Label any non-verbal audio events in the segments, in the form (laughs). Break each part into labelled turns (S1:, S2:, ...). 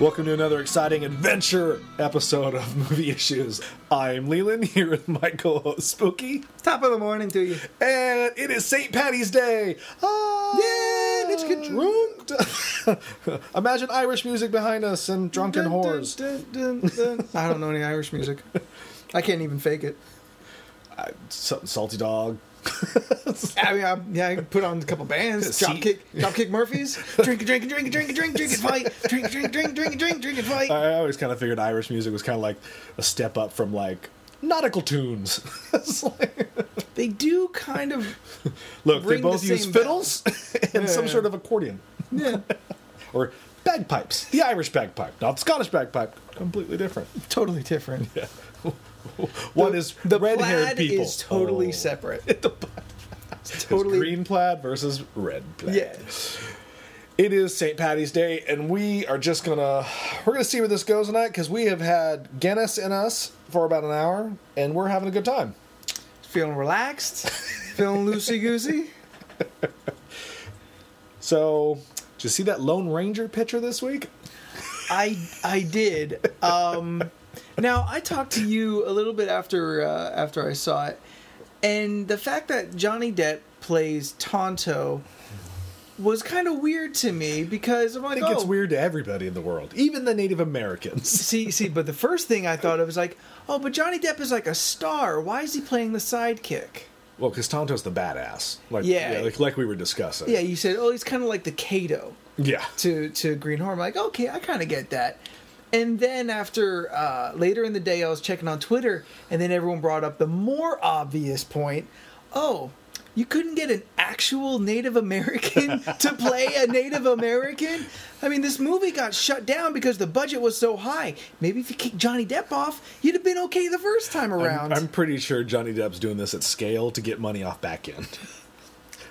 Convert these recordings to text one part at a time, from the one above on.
S1: Welcome to another exciting adventure episode of Movie Issues. I'm Leland here with my co-host Spooky,
S2: Top of the morning to you.
S1: and it is St. Patty's Day. Ah,
S2: Yeah, let's get
S1: drunk. (laughs) Imagine Irish music behind us and drunken whores.
S2: (laughs) I don't know any Irish music. I can't even fake it.
S1: I- something salty dog.
S2: I mean, I, yeah, I can put on a couple bands.
S1: See-
S2: Dropkick,
S1: (laughs)
S2: Dropkick Murphys. Drink, drink, drink, drink, drink, drink, and fight. Drink, drink, drink, drink, drink, drink, and fight.
S1: I always kind of figured Irish music was kind of like a step up from like nautical tunes. (laughs) It's like-
S2: They do kind of.
S1: look, they
S2: Ring the
S1: both use
S2: same
S1: fiddles (laughs) and some
S2: Yeah.
S1: sort of accordion.
S2: Yeah,
S1: or bagpipes. The Irish bagpipe, not the Scottish bagpipe. Completely different.
S2: totally different.
S1: One is
S2: the
S1: red-haired
S2: plaid
S1: people.
S2: is totally
S1: Oh.
S2: separate.
S1: (laughs)
S2: It's
S1: It's
S2: totally
S1: green plaid versus red plaid.
S2: Yeah.
S1: It is St. Patty's Day, and we are just gonna we're gonna see where this goes tonight because we have had Guinness in us for about an hour, and we're having a good time.
S2: Feeling relaxed. Feeling loosey goosey.
S1: So, did you see that Lone Ranger picture this week?
S2: I I did. Um, now I talked to you a little bit after uh, after I saw it, and the fact that Johnny Depp plays Tonto was kind of weird to me because I'm
S1: I
S2: like,
S1: think it's
S2: oh,
S1: weird to everybody in the world, even the Native Americans. (laughs)
S2: See, see, but the first thing I thought of is like, oh, but Johnny Depp is like a star. Why is he playing the sidekick?
S1: Well, because Tonto's the badass, like
S2: Yeah.
S1: like, like we were discussing.
S2: Yeah, you said, oh, he's kind of like the Kato.
S1: yeah.
S2: to to Green Horn. I'm like, okay, I kind of get that. And then after uh, later in the day, I was checking on Twitter, and then everyone brought up the more obvious point. Oh, you couldn't get an actual
S1: (laughs)
S2: Native American to play a Native American. I mean, this movie got shut down because the budget was so high. Maybe if you kicked Johnny Depp off, you'd have been okay the first time around.
S1: I'm, I'm pretty sure Johnny Depp's doing this at scale to get money off back end,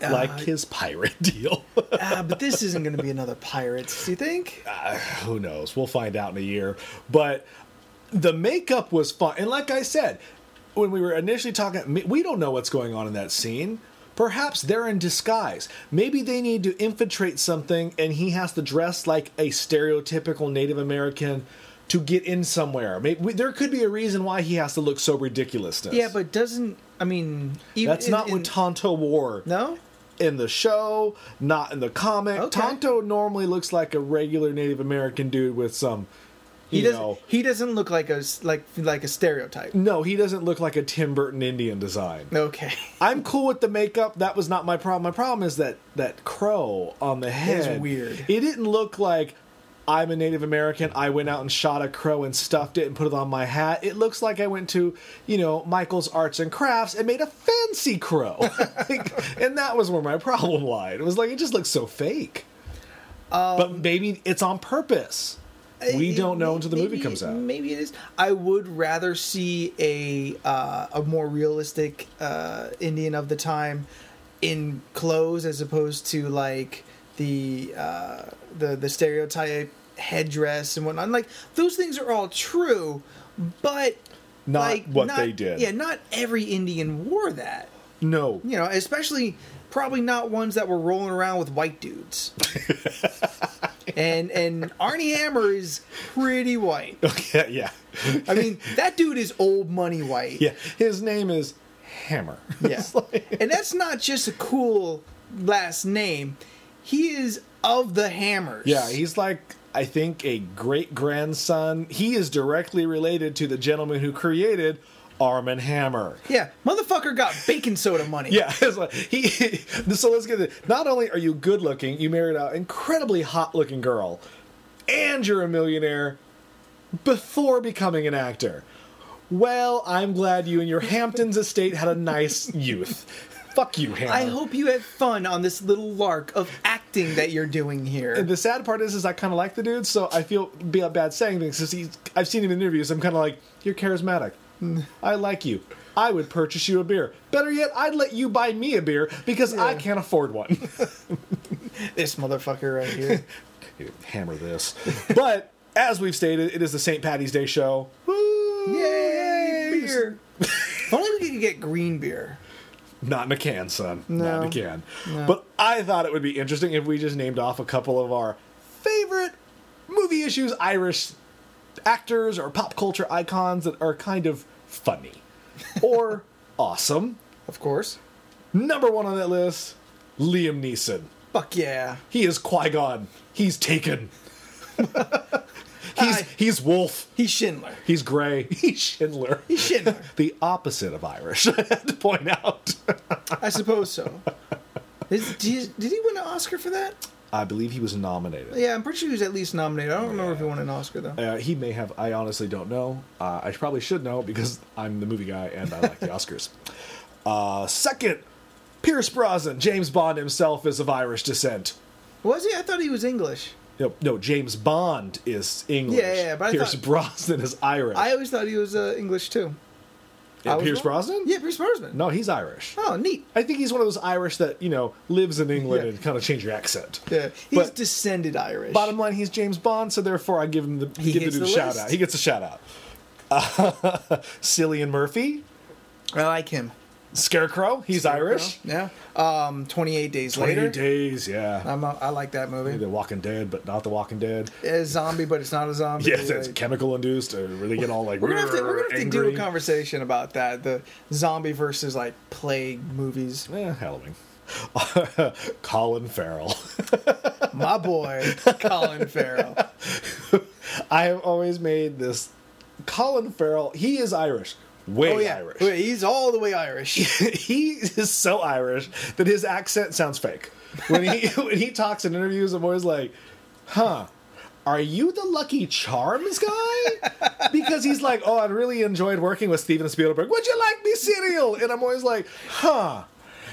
S1: like
S2: (laughs) Uh,
S1: his pirate (laughs) deal.
S2: ah, but this isn't going to be another Pirates, do
S1: (laughs)
S2: you think?
S1: Uh, who knows? We'll find out in a year. But the makeup was fun, and like I said, when we were initially talking, we don't know what's going on in that scene. Perhaps they're in disguise. Maybe they need to infiltrate something, and he has to dress like a stereotypical Native American to get in somewhere. Maybe we, there could be a reason why he has to look so ridiculous.
S2: Yeah, but doesn't I mean? Even
S1: that's
S2: in-
S1: not
S2: in-
S1: what Tonto wore.
S2: no.
S1: in the show, not in the comic.
S2: Okay.
S1: Tonto normally looks like a regular Native American dude with some, you
S2: He doesn't.
S1: know.
S2: He doesn't look like a s- like like a stereotype.
S1: No, he doesn't look like a Tim Burton Indian design.
S2: Okay.
S1: I'm cool with the makeup. That was not my problem. My problem is that that crow on the
S2: is
S1: head.
S2: weird.
S1: It didn't look like I'm a Native American. I went out and shot a crow and stuffed it and put it on my hat. It looks like I went to, you know, Michael's Arts and Crafts and made a fancy
S2: (laughs)
S1: crow. Like, and that was where my problem lied. It was like it just looks so fake. but maybe it's on purpose. We
S2: Um, It-
S1: don't know until the movie
S2: maybe-
S1: comes out.
S2: Maybe it is. I would rather see a uh, a more realistic uh, Indian of the time in clothes as opposed to like the uh, the the stereotype headdress and whatnot. Like those things are all true, but
S1: Not
S2: like,
S1: what
S2: not-
S1: they did.
S2: Yeah, not every Indian wore that. (laughs)
S1: No. (laughs)
S2: You know, especially probably not ones that were rolling around with white
S1: (laughs)
S2: dudes. and and Arnie Hammer is pretty white.
S1: yeah, yeah.
S2: I mean, that dude is old money white.
S1: (laughs) Yeah. His name is Hammer.
S2: (laughs)
S1: (laughs)
S2: Yeah. and that's not just a cool last name. He is of the Hammers.
S1: Yeah, he's like I think a great grandson. He is directly related to the gentleman who created Arm and Hammer.
S2: Yeah, motherfucker got baking soda money.
S1: Yeah, (laughs) it's like he. So let's get this. Not only are you good looking, you married an incredibly hot looking girl, and you're a millionaire before becoming an actor. Well, I'm glad you and your Hamptons estate had a nice youth. Fuck you, Hammer.
S2: I hope you had fun on this little lark of acting that you're doing here.
S1: And the sad part is, is I kind of like the dude, so I feel be bad saying things because he's. I've seen him in interviews. I'm kind of like, you're charismatic. Mm, I like you. I would purchase you a beer. Better yet, I'd let you buy me a beer because I
S2: Yeah.
S1: can't afford one. (laughs)
S2: this motherfucker right here.
S1: Hammer this. but as we've stated, it is the St. Patty's Day show. Woo!
S2: Yay, beer. (laughs) if only we could get green beer.
S1: Not in a can, son. Not
S2: No.
S1: in a can.
S2: No.
S1: But I thought it would be interesting if we just named off a couple of our favorite movie issues Irish actors or pop culture icons that are kind of funny or awesome.
S2: Of course.
S1: Number one on that list, Liam Neeson.
S2: Fuck yeah.
S1: He is Qui Gon. He's taken. he's
S2: Hi.
S1: he's Wolf.
S2: He's Schindler.
S1: He's Gray. He's Schindler.
S2: He's Schindler.
S1: the opposite of Irish. (laughs) I had to point out.
S2: I suppose so. Is, did, he, did he win an Oscar for that?
S1: I believe he was nominated.
S2: Yeah, I'm pretty sure he was at least nominated. I don't remember if he won an Oscar though.
S1: Uh, he may have. I honestly don't know. Uh, I probably should know because I'm the movie guy and I like
S2: (laughs)
S1: the Oscars. Uh, second, Pierce Brosnan. James Bond himself is of Irish descent.
S2: Was he? I thought he was English.
S1: No, no James Bond is English.
S2: Yeah, yeah, yeah, but I
S1: Pierce
S2: thought-
S1: Brosnan is Irish.
S2: I always thought he was uh, English too.
S1: Yeah,
S2: I was
S1: Pierce
S2: wrong?
S1: Brosnan?
S2: Yeah, Pierce Brosnan.
S1: No, he's Irish.
S2: Oh, neat.
S1: I think he's one of those Irish that, you know, lives in England
S2: Yeah.
S1: and kind of change your accent.
S2: Yeah, he's
S1: But-
S2: descended Irish.
S1: Bottom line, he's James Bond, so therefore I give him the
S2: He
S1: give the
S2: gets
S1: dude a
S2: the
S1: shout
S2: list.
S1: out. He gets a shout out. (laughs) Cillian Murphy,
S2: I like him.
S1: Scarecrow, he's Irish.
S2: Yeah. Um, 28 days later.
S1: days, yeah.
S2: I'm a, I like that movie.
S1: The Walking Dead, but not The Walking (laughs) Dead.
S2: It's zombie, but it's not a zombie.
S1: Yes, it's
S2: Like,
S1: chemical induced. I really get all like
S2: We're gonna have to, we're gonna have to do
S1: angry.
S2: a conversation about that. The zombie versus like plague movies.
S1: Eh, Halloween. (laughs) Colin Farrell.
S2: My boy, Colin Farrell.
S1: (laughs) I have always made this. Colin Farrell, he is Irish. Way
S2: Oh yeah,
S1: Irish.
S2: Wait, he's all the way
S1: (laughs)
S2: Irish.
S1: he is so Irish that his accent sounds fake. When he (laughs) when he talks in interviews, I'm always like, "Huh, are you the Lucky Charms guy?" Because he's like, "Oh, I really enjoyed working with Steven Spielberg. Would you like me cereal?" And I'm always like, "Huh,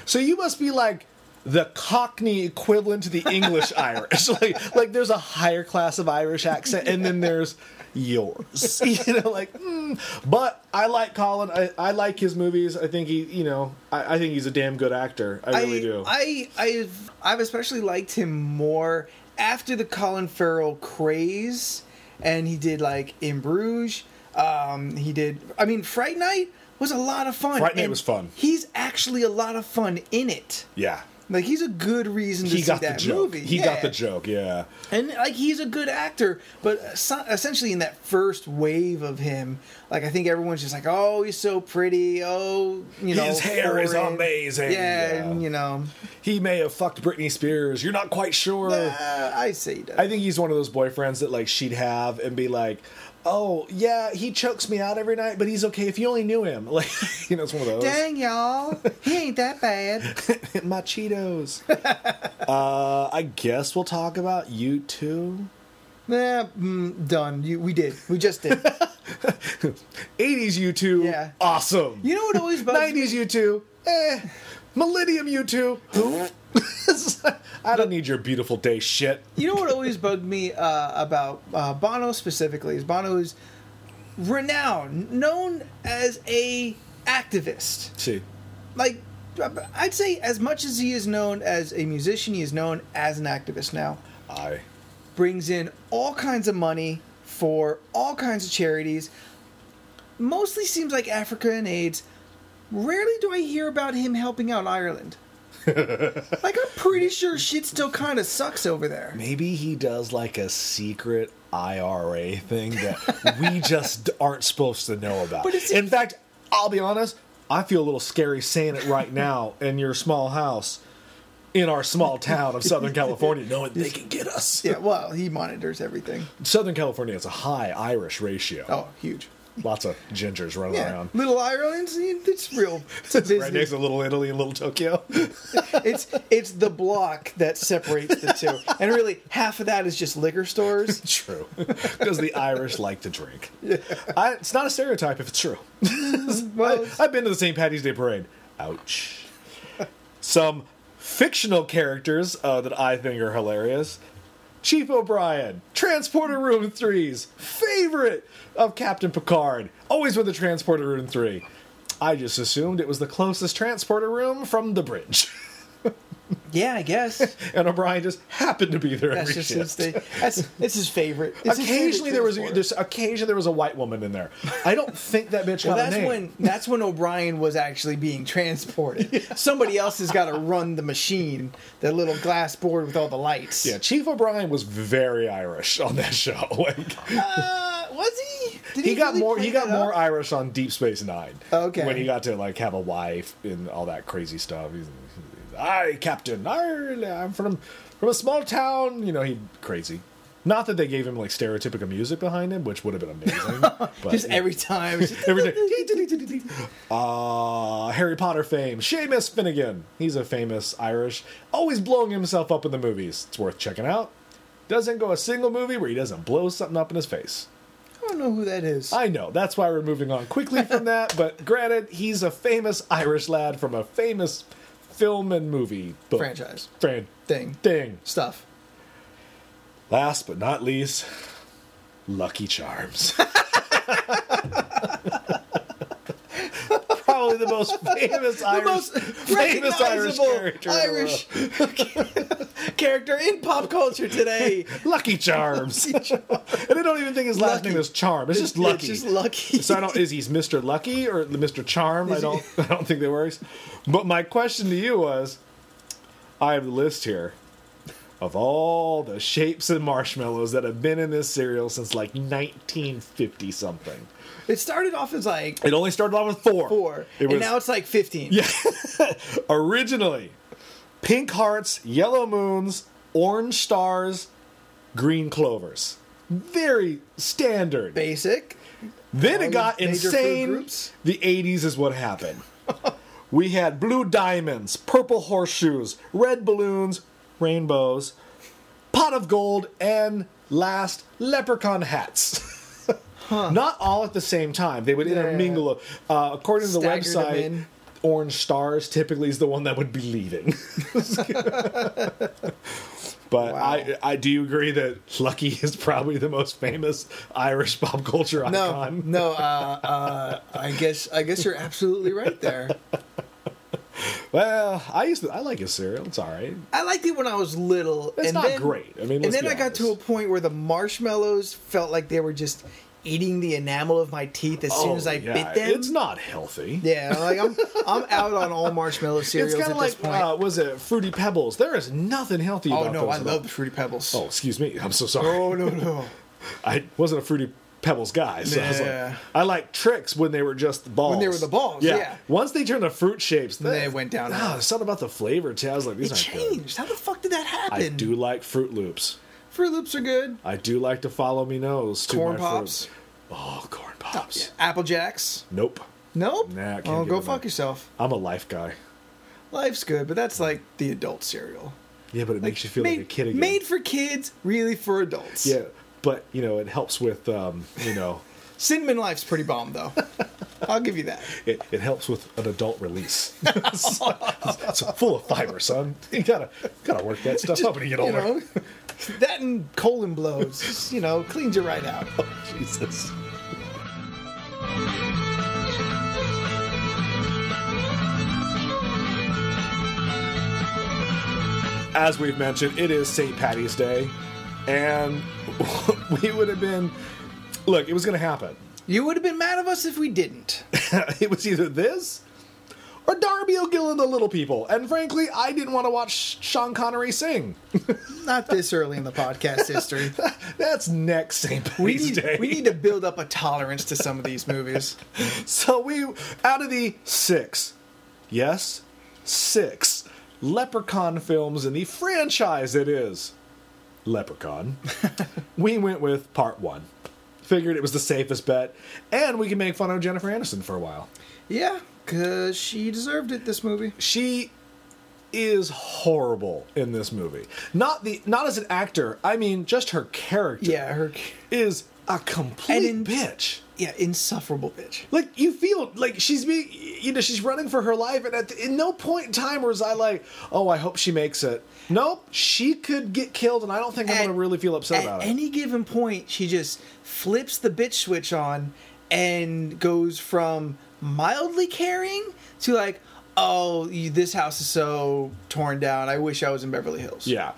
S1: so you must be like." The Cockney equivalent to the
S2: (laughs)
S1: English Irish, (laughs) like like there's a higher class of Irish accent, and then there's yours, (laughs) you know, like. mm. But I like Colin. I, I like his movies. I think he, you know, I, I think he's a damn good actor. I really do.
S2: I, I've, I've especially liked him more after the Colin Farrell craze, and he did like In Bruges. Um, he did. I mean, Fright Night was a lot of fun.
S1: Fright Night
S2: and
S1: was fun.
S2: He's actually a lot of fun in it.
S1: yeah,
S2: Like he's a good reason to
S1: he
S2: see
S1: got the
S2: that
S1: joke.
S2: movie.
S1: He got the
S2: Yeah.
S1: joke. Yeah,
S2: and like he's a good actor but uh, so- essentially in that first wave of him like i think everyone's just like oh he's so pretty oh you know
S1: His hair is
S2: foreign."
S1: amazing.
S2: yeah,
S1: Yeah.
S2: and, you know
S1: he may have fucked Britney Spears. You're not quite sure.
S2: uh, i see that
S1: I think he's one of those boyfriends that like she'd have and be like, "Oh yeah, he chokes me out every night, but he's okay if you only knew him." (laughs) Like you know, it's one of those.
S2: dang y'all he ain't that bad
S1: (laughs) My
S2: (laughs)
S1: Cheetos. uh, I guess we'll talk about you two.
S2: nah, mm, done you, we did we just did
S1: 80s U2,
S2: Yeah.
S1: awesome.
S2: you know what always
S1: (laughs)
S2: bugs me
S1: 90s U2, eh. Millennium U2, (laughs) I don't need your beautiful day shit.
S2: you know what always bugged me uh, about uh, Bono specifically is Bono is renowned, known as a activist.
S1: See,
S2: Like I'd say, as much as he is known as a musician, he is known as an activist now.
S1: I.
S2: Brings in all kinds of money for all kinds of charities. Mostly seems like Africa and AIDS. Rarely do I hear about him helping out
S1: (laughs)
S2: Ireland. like I'm pretty sure shit still kind of sucks over there.
S1: Maybe he does like a secret IRA thing
S2: (laughs)
S1: that we just aren't supposed to know about.
S2: But it's-
S1: In fact, I'll be honest, I feel a little scary saying it right now in your small house in our small town of Southern
S2: (laughs)
S1: California, knowing they can get us.
S2: Yeah, well, he monitors everything.
S1: Southern California has a high Irish ratio.
S2: Oh, huge.
S1: Lots of gingers running
S2: Yeah, (laughs)
S1: around.
S2: Little Ireland's it's real. It's
S1: (laughs)
S2: a
S1: Right next
S2: business.
S1: to Little Italy and Little
S2: (laughs)
S1: Tokyo.
S2: it's it's the block that separates the two, and really half of that is just
S1: (laughs)
S2: liquor stores.
S1: true. Because the Irish like to drink. I, it's not a stereotype if it's true.
S2: Well,
S1: I've been to the St. Patty's Day Parade. Ouch. Some fictional characters uh, that I think are hilarious. Chief O'Brien, Transporter Room 3's favorite of Captain Picard. Always with the Transporter Room 3. I just assumed it was the closest transporter room from the bridge.
S2: Yeah, I guess.
S1: (laughs) and O'Brien just happened to be there
S2: That's
S1: every
S2: just
S1: shift.
S2: his thing. That's it's his favorite. It's his
S1: occasionally
S2: favorite
S1: there was
S2: thing for
S1: a,
S2: it.
S1: there's occasionally there was a white woman in there. I don't think that bitch
S2: Well,
S1: got a
S2: that's
S1: name.
S2: when that's when O'Brien was actually
S1: (laughs)
S2: being transported. Somebody else has got to run the machine, that little glass board with all the lights.
S1: yeah, Chief O'Brien was very Irish on that (laughs) show. Like
S2: Uh, was he? Did
S1: he got
S2: really
S1: more he
S2: play
S1: got
S2: that
S1: more
S2: up?
S1: Irish on Deep Space Nine.
S2: Okay.
S1: when he got to like have a wife and all that crazy stuff. He's, he's I Captain Ireland. I'm from from a small town. You know, he crazy. Not that they gave him like stereotypical music behind him, which would have been
S2: (laughs)
S1: amazing. but
S2: Just
S1: yeah. (laughs)
S2: every time. (laughs)
S1: Everything. Uh, Harry Potter fame. Seamus Finnegan. He's a famous Irish, always blowing himself up in the movies. It's worth checking out. Doesn't go a single movie where he doesn't blow something up in his face.
S2: I don't know who that
S1: (laughs)
S2: is.
S1: I know. That's why we're moving on quickly from
S2: (laughs)
S1: that. But granted, he's a famous Irish lad from a famous film and movie book.
S2: Franchise.
S1: Fran-
S2: Thing.
S1: Thing.
S2: Stuff.
S1: Last but not least, Lucky
S2: (laughs)
S1: Charms. Probably the most famous Irish, (laughs)
S2: most
S1: famous Irish
S2: recognizable
S1: character. in the
S2: Irish
S1: world.
S2: (laughs) character in pop culture today.
S1: Lucky Charms. and I don't even think his last
S2: Lucky.
S1: name is Charm. (laughs) It's just Lucky.
S2: It's just
S1: (laughs)
S2: lucky.
S1: so I don't. Is he Mr. Lucky or Mr. Charm? I
S2: Is
S1: don't. (laughs) I don't think that works. But my question to you was, I have the list here of all the shapes and marshmallows that have been in this cereal since like 1950 something.
S2: (laughs) It started off as like
S1: It only started off with four.
S2: four,
S1: It was
S2: and now it's like fifteen.
S1: originally pink hearts, yellow moons, orange stars, green clovers. Very standard.
S2: Basic.
S1: Then it
S2: All
S1: got
S2: the major food
S1: insane.
S2: groups?
S1: The 80s is what happened. (laughs) we had blue diamonds, purple horseshoes, red balloons, rainbows, pot of gold, and last, leprechaun hats. (laughs) Not all at the same time. They would intermingle. Uh, according to the
S2: Staggered them
S1: website,
S2: in.
S1: Orange Stars typically is the one that would be leading. (laughs) but I, I do you agree that Lucky is probably the most famous Irish pop culture icon.
S2: No, no. Uh, uh, I guess I guess you're absolutely right there.
S1: Well, I used to. I like his cereal. It's all right.
S2: I liked it when I was little.
S1: It's
S2: and
S1: not
S2: then-
S1: great. I mean,
S2: and
S1: let's
S2: then
S1: be
S2: I got to a
S1: honest.
S2: point where the marshmallows felt like they were just eating the enamel of my teeth as soon as I bit them.
S1: Oh, it's not healthy.
S2: Yeah, like I'm I'm out on all marshmallow cereals
S1: (laughs) it's kind
S2: at
S1: of like
S2: this point.
S1: uh, was it Fruity Pebbles? There is nothing healthy.
S2: oh
S1: about
S2: no,
S1: those
S2: I
S1: at all.
S2: love the fruity pebbles.
S1: Oh, excuse me. I'm so sorry.
S2: Oh, no no.
S1: (laughs) I wasn't a Fruity Pebbles guy. So I was
S2: Yeah.
S1: like, I like tricks when they were just balls.
S2: they were the balls, yeah.
S1: Once they turned to fruit shapes,
S2: They went down.
S1: Ah, there's something about the flavor too. I was like, these
S2: It
S1: aren't good.
S2: changed. How the fuck did that happen?
S1: I do like Fruit Loops.
S2: Fruit Loops are good.
S1: I do like to follow me nose to
S2: Corn
S1: my
S2: Pops?
S1: Fruit. Oh, corn pops.
S2: Apple Jacks.
S1: Nope.
S2: Nope.
S1: Nah, I can't
S2: oh,
S1: get
S2: go
S1: with
S2: fuck
S1: that.
S2: yourself.
S1: I'm a life guy.
S2: Life's good, but that's like the adult cereal.
S1: Yeah, but it makes you feel
S2: made,
S1: like a kid again.
S2: Made for kids, really for adults.
S1: yeah, but you know it helps with um, you know
S2: Cinnamon Life's pretty
S1: (laughs)
S2: bomb though. I'll give you that.
S1: it, it helps with an adult release. (laughs) it's, it's full of fiber, son. You gotta gotta work that stuff up when you get
S2: You
S1: older.
S2: know, that and colon blows. Just, you know, cleans you right out.
S1: Jesus. As we've mentioned, it is St. Patty's Day, and (laughs) we would have been. Look, it was going to happen.
S2: You would have been mad of us if we didn't.
S1: (laughs) it was either this or Darby O'Gill and the Little People. And frankly, I didn't want to watch Sean Connery sing. (laughs)
S2: Not this early in the podcast history.
S1: That's next St. Patty's
S2: We need,
S1: Day.
S2: we need to build up a tolerance to some of these movies.
S1: (laughs) So we out of the six, yes, six Leprechaun films in the franchise it is
S2: (laughs)
S1: Leprechaun. we went with part one. Figured it was the safest bet, and we can make fun of Jennifer Aniston for a while.
S2: (laughs) Yeah, because she deserved it, this movie.
S1: She is horrible in this movie. Not the not as an actor. I mean, just her character
S2: Yeah, her.
S1: is a complete
S2: And in-
S1: bitch.
S2: Yeah, insufferable bitch.
S1: Like you feel like she's being, you know, she's running for her life, and at the, in no point in time was I like, oh, I hope she makes it. Nope, she could get killed, and I don't think I'm
S2: At-
S1: gonna really feel upset about
S2: At
S1: it.
S2: any given point, she just flips the bitch switch on and goes from mildly caring to like, oh, you, this house is so torn down. I wish I was in Beverly Hills.
S1: Yeah,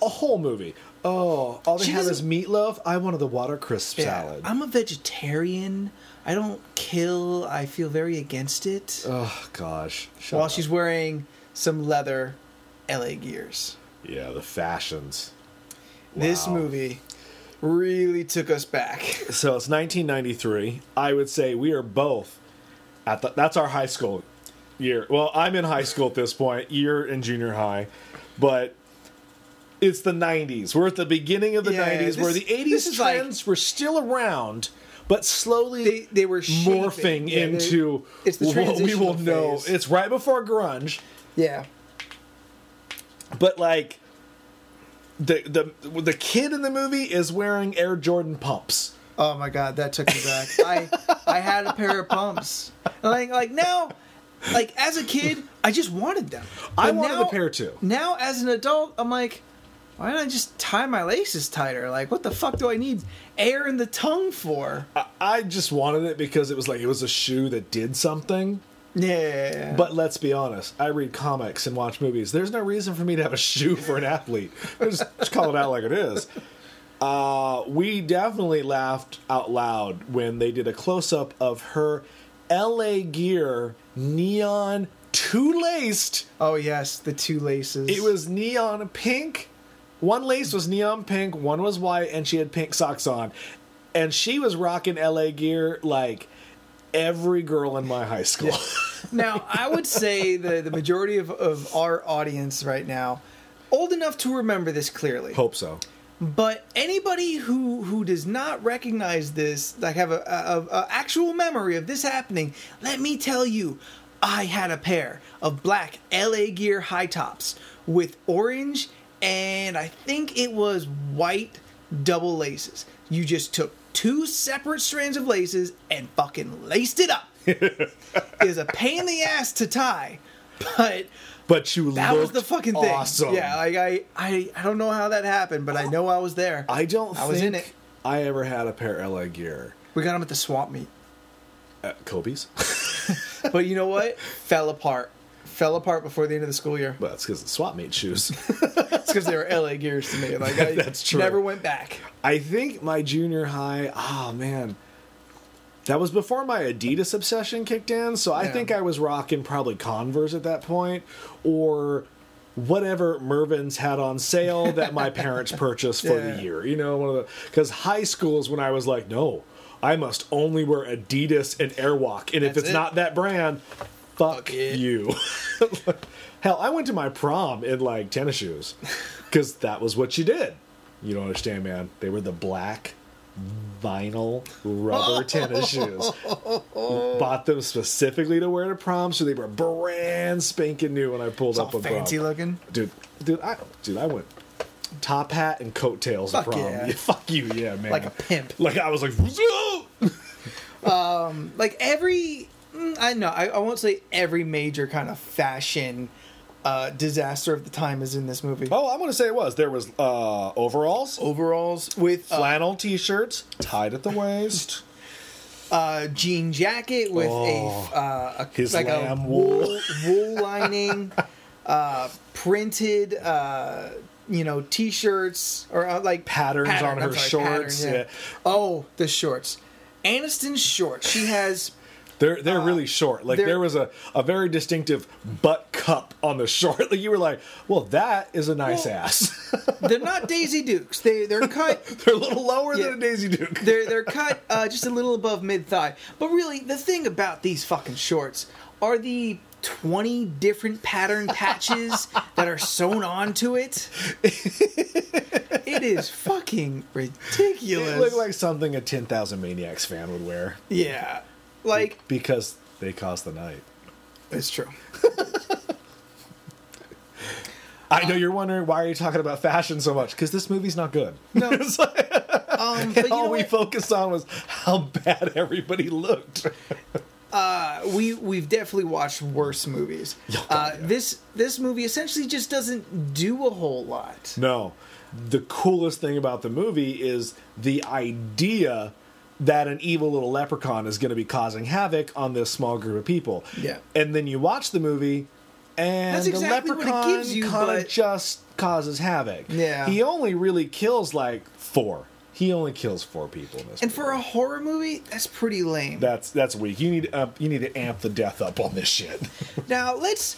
S1: a whole movie. Oh, all they
S2: She
S1: have is
S2: doesn't-
S1: meatloaf. I wanted the water crisp
S2: Yeah.
S1: salad.
S2: I'm a vegetarian. I don't kill. I feel very against it.
S1: oh gosh. Shut
S2: while
S1: up.
S2: she's wearing some leather LA gears.
S1: yeah, the fashions.
S2: This
S1: Wow.
S2: movie really took
S1: (laughs)
S2: us back.
S1: So it's 1993. I would say we are both at the, that's our high school year. Well, I'm in high school at this point. You're in junior high, but it's the 90s. We're at the beginning of the
S2: Yeah,
S1: 90s, where the
S2: this-
S1: 80s
S2: this is like-
S1: trends were still around, but slowly
S2: They they were shaping-
S1: morphing
S2: yeah, they-
S1: into
S2: it's the
S1: what we will
S2: transitional
S1: know.
S2: phase.
S1: It's right before grunge,
S2: yeah.
S1: but like the the the kid in the movie is wearing Air Jordan pumps.
S2: Oh my god, that took me back. I I had a pair of pumps. Like like now, like as a kid, I just wanted them.
S1: I
S2: But
S1: wanted
S2: now-
S1: a pair, too.
S2: Now as an adult, I'm like, why don't I just tie my laces tighter? Like what the fuck do I need air in the tongue for?
S1: I- I just wanted it because it was like it was a shoe that did something.
S2: Yeah.
S1: But let's be honest, I read comics and watch movies. There's no reason for me to have a (laughs) shoe for an athlete. Just, just call it out like it is. Uh, we definitely laughed out loud when they did a close up of her LA gear neon two laced.
S2: oh yes, the two laces.
S1: It was neon pink. One lace was neon pink, one was white, and she had pink socks on. And she was rocking LA gear like every girl in my high school.
S2: Now, I would say the, the majority of, of our audience right now, old enough to remember this clearly.
S1: (laughs) Hope so.
S2: But anybody who, who does not recognize this, like have a, a, a actual memory of this happening, let me tell you, I had a pair of black LA gear high tops with orange and I think it was white double laces. You just took two separate strands of laces and fucking laced it up. is a pain in the ass to tie, but
S1: But you
S2: that was
S1: looked
S2: the fucking thing.
S1: Awesome.
S2: Yeah, like I, I, I don't know how that happened, but I know I was there.
S1: I don't
S2: I
S1: think
S2: was in it.
S1: I ever had a pair of LA gear
S2: We got them at the swamp meet,
S1: at Kobe's. (laughs)
S2: but you know what? (laughs) Fell apart. Fell apart before the end of the school year.
S1: but that's because the swap meet shoes.
S2: It's because they were LA gears
S1: (laughs)
S2: to me. Like I
S1: That's true.
S2: Never went back.
S1: I think my junior high. Oh man, that was before my Adidas obsession kicked in. So I
S2: Yeah.
S1: think I was rocking probably Converse at that point, or whatever Mervin's had on
S2: (laughs)
S1: sale that my parents purchased for
S2: Yeah.
S1: the year. You know, one of the because high school is when I was like, no, I must only wear Adidas and Airwalk, and if
S2: That's
S1: it's
S2: it.
S1: not that brand, fuck
S2: Fuck it.
S1: you. (laughs) Hell, I went to my prom in like tennis shoes because that was what you did. You don't understand, man. They were the black vinyl (laughs) rubber tennis shoes. Bought them specifically to wear to prom, so they were brand spanking new when I pulled
S2: It's
S1: up
S2: all
S1: on
S2: fancy
S1: prom.
S2: looking.
S1: Dude, dude, I, dude, I went top hat and coattails to
S2: Fuck
S1: prom.
S2: yeah.
S1: (laughs) fuck you, yeah, man.
S2: Like a pimp.
S1: Like I was like, (laughs)
S2: like every mm, i know I, I won't say every major kind of fashion uh, disaster of the time is in this movie
S1: oh, I'm gonna say it was. There was uh, overalls,
S2: overalls with uh,
S1: flannel t-shirts, tied at the waist.
S2: uh, jean jacket with
S1: Oh,
S2: a, uh, a
S1: his lamb
S2: wool
S1: (laughs)
S2: wool lining uh, printed uh, you know t-shirts or uh, like
S1: Patterns on
S2: I'm
S1: her
S2: sorry, pattern,
S1: shorts, yeah.
S2: oh the shorts Aniston's shorts she has
S1: They're they're really short. Like
S2: Uh, they're-
S1: there was a, a very distinctive butt cup on the short. (laughs) Like you were like, well, that is a nice
S2: Well-
S1: ass. (laughs)
S2: they're not Daisy Dukes they they're cut
S1: they're a little lower
S2: Yeah.
S1: than a Daisy Duke.
S2: they're they're cut uh, just a little above mid thigh. But really, the thing about these fucking shorts are the twenty different pattern patches that are sewn onto it. it is fucking ridiculous.
S1: They look like something a Ten Thousand Maniacs fan would wear
S2: yeah, like
S1: because they cost the night.
S2: it's true.
S1: I
S2: Uh,
S1: know you're wondering why are you talking about fashion so much because this movie's not good. (laughs)
S2: No.
S1: It's like- (laughs)
S2: Um, but you know
S1: all we
S2: what?
S1: focused on was how bad (laughs) everybody looked.
S2: Uh, we we've definitely watched worse movies.
S1: Oh,
S2: Uh,
S1: God, yeah.
S2: This this movie essentially just doesn't do a whole lot.
S1: No. The coolest thing about the movie is the idea that an evil little leprechaun is going to be causing havoc on this small group of people.
S2: Yeah.
S1: And then you watch the movie, and
S2: That's exactly
S1: the
S2: what it
S1: leprechaun
S2: gives you,
S1: kind of
S2: but-
S1: just causes havoc.
S2: Yeah.
S1: He only really kills like four. He only kills four people in this.
S2: And
S1: movie.
S2: for a horror movie, that's pretty lame.
S1: that's that's weak. You need uh, you need to amp the death up on this shit.
S2: (laughs) Now let's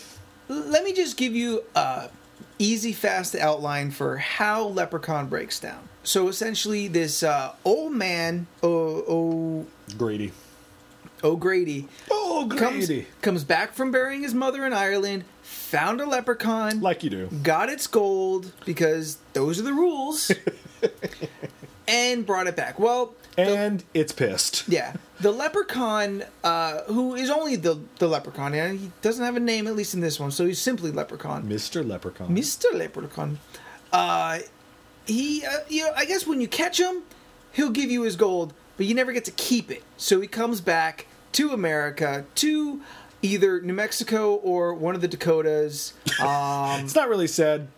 S2: let me just give you a easy, fast outline for how Leprechaun breaks down. So essentially, this uh, old man, O- O-
S1: Greedy.
S2: O'Grady,
S1: Oh,
S2: comes
S1: greedy.
S2: comes back from burying his mother in Ireland, found a leprechaun,
S1: Like you do.
S2: got its gold because those are the rules, and brought it back. Well, the-
S1: And it's pissed.
S2: yeah, the leprechaun, uh, who is only the the leprechaun, and he doesn't have a name at least in this one, so he's simply leprechaun,
S1: Mr. Leprechaun.
S2: Mister Leprechaun. Uh, he, uh, you know, I guess when you catch him, he'll give you his gold, but you never get to keep it. So he comes back to America to either New Mexico or one of the Dakotas.
S1: (laughs)
S2: Um,
S1: it's not really said.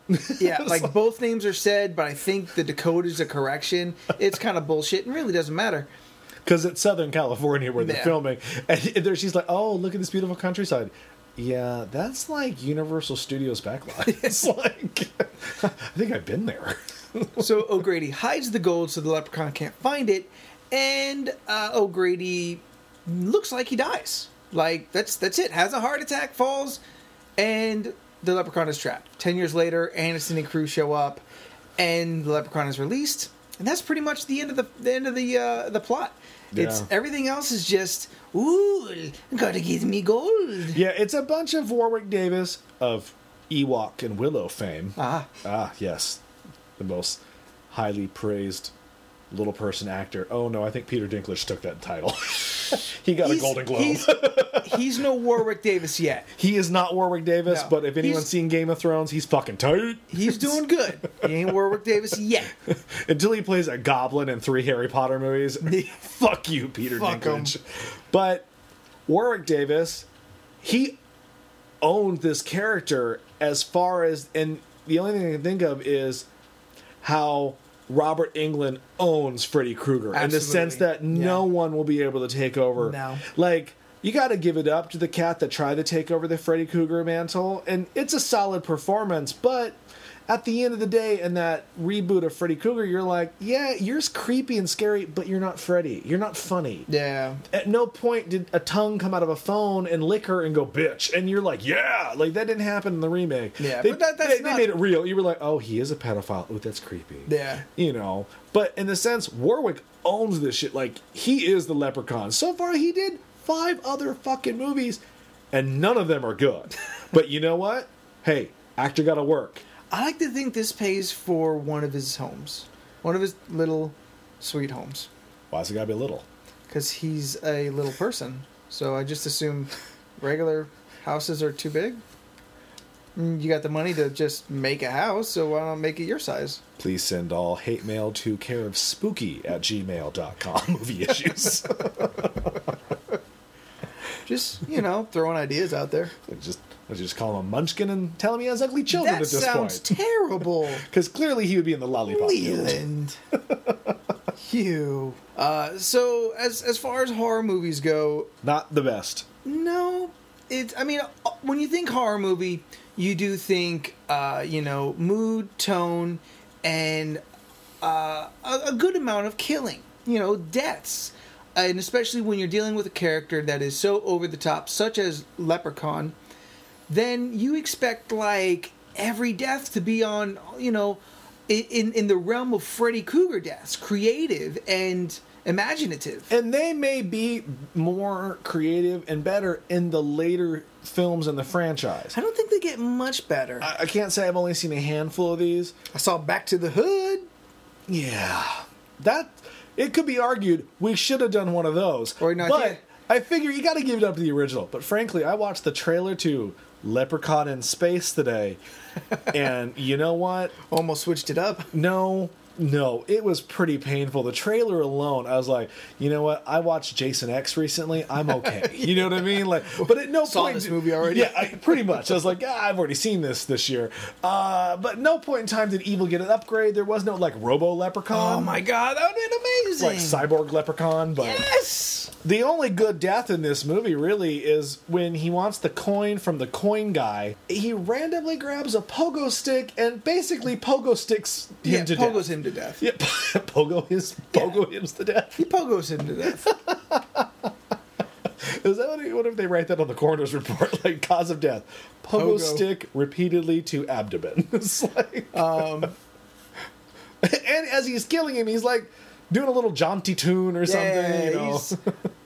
S2: yeah, like both names are said, but I think the Dakota's a correction. It's kind of bullshit and really doesn't matter.
S1: because it's Southern California where they're
S2: Yeah.
S1: filming, and (laughs) there she's like, "Oh, look at this beautiful countryside." Yeah, that's like Universal Studios backlot. (laughs) It's like I think I've been there. (laughs)
S2: So O'Grady hides the gold so the leprechaun can't find it, and uh, O'Grady looks like he dies. Like that's that's it. Has a heart attack, falls, and the leprechaun is trapped. Ten years later, Aniston and crew show up, and the leprechaun is released, and that's pretty much the end of the, the end of the uh, the plot. It's
S1: Yeah.
S2: everything else is just ooh, gotta give me gold.
S1: Yeah, it's a bunch of Warwick Davis of Ewok and Willow fame.
S2: Ah,
S1: Ah, yes, the most highly praised little person actor. Oh no, I think Peter Dinklage took that title. (laughs) he got a Golden Globe.
S2: He's, he's no Warwick Davis yet.
S1: (laughs) he is not Warwick Davis,
S2: No.
S1: but if anyone's
S2: He's-
S1: seen Game of Thrones, he's fucking tight.
S2: He's
S1: (laughs)
S2: doing good. He ain't Warwick Davis yet.
S1: until he plays a goblin in three Harry Potter
S2: (laughs)
S1: movies. fuck you, Peter
S2: Fuck him.
S1: Dinklage. But Warwick Davis, he owned this character as far as, and the only thing I can think of is how Robert England owns Freddy Krueger in the sense
S2: Absolutely.
S1: that no
S2: Yeah.
S1: one will be able to take over.
S2: No.
S1: Like, you got to give it up to the cat that tried to take over the Freddy Krueger mantle. And it's a solid performance, but at the end of the day, in that reboot of Freddy Krueger, you're like, yeah, yours creepy and scary, but you're not Freddy. You're not funny.
S2: Yeah.
S1: At no point did a tongue come out of a phone and lick her and go, bitch. And you're like, yeah. Like, that didn't happen in the remake.
S2: Yeah,
S1: they,
S2: but that- that's
S1: they,
S2: not-
S1: they made it real. You were like, oh, he is a pedophile. Oh, that's creepy
S2: Yeah.
S1: you know. But in the sense, Warwick owns this shit. Like he is the leprechaun. So far, he did five other fucking movies, and none of them are
S2: (laughs)
S1: good. but you know what? Hey, actor got to work.
S2: I like to think this pays for one of his homes, one of his little sweet homes,
S1: Why's it got to be little?
S2: because he's a little person. So I just assume regular houses are too big. Mm, You got the money to just make a house, so why not make it your size?
S1: Please send all hate mail to care of spooky at gmail.com. (laughs) Movie issues.
S2: Just you know, throwing ideas out there.
S1: I just, I just call him Munchkin and tell him he has ugly children
S2: That
S1: at this
S2: sounds
S1: point.
S2: terrible.
S1: (laughs) Because clearly he would be in the lollipop. guild. (laughs)
S2: Leland. you. Uh, so as as far as horror movies go,
S1: Not the best.
S2: No, it's. I mean, uh, when you think horror movie, you do think, uh, you know, mood, tone, and uh, a, a good amount of killing. You know, deaths, and especially when you're dealing with a character that is so over the top, such as Leprechaun, then you expect like every death to be on. You know, i- in in the realm of Freddy Krueger deaths, creative and imaginative.
S1: and they may be more creative and better in the later films in the franchise.
S2: I don't think they get much better.
S1: I, I can't say I've only seen a handful of these.
S2: I saw Back to the Hood.
S1: Yeah, that it could be argued we should have done one of those.
S2: Or not
S1: but
S2: yet.
S1: I figure you got to give it up to the original. But frankly, I watched the trailer to
S2: (laughs)
S1: Leprechaun in Space today, and you know what?
S2: Almost switched it up.
S1: No, No, it was pretty painful. The trailer alone, I was like, you know what? I watched Jason X recently. I'm
S2: (laughs)
S1: okay. You know what I mean? Like, but at no
S2: Saw
S1: point
S2: this movie already.
S1: Yeah, I, pretty much. I was like, ah, I've already seen this this year. Uh, but no point in time did evil get an upgrade. There was no like Robo Leprechaun.
S2: Oh my god, that would be
S1: Like
S2: amazing.
S1: cyborg leprechaun, but
S2: yes.
S1: the only good death in this movie really is when he wants the coin from the coin guy. He randomly grabs a pogo stick and basically pogo sticks him
S2: Yeah,
S1: to
S2: pogos
S1: death.
S2: him to death.
S1: Yep, (laughs) pogo his pogo hims to death.
S2: He pogos him to (laughs) death.
S1: Is that what, he- what if they write that on the coroner's report? (laughs) Like cause of death, pogo,
S2: Pogo.
S1: stick repeatedly to abdomen. (laughs) it's like,
S2: Um.
S1: (laughs) and as he's killing him, he's like doing a little jaunty tune or something. You know,
S2: he's- (laughs)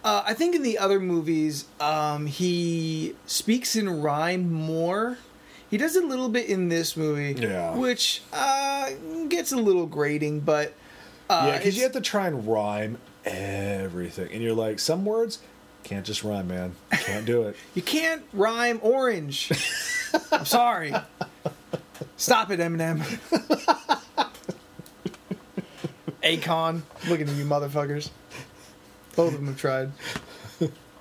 S2: uh, I think in the other movies, um, he speaks in rhyme more. He does a little bit in this movie,
S1: Yeah.
S2: which uh, gets a little grating, but uh,
S1: yeah, because you
S2: it's-
S1: have to try and rhyme everything, and you're like, some words can't just rhyme, man. Can't do it. (laughs)
S2: you can't rhyme orange. I'm sorry. Stop it, Eminem. Akon, looking at you, motherfuckers. Both of them have tried.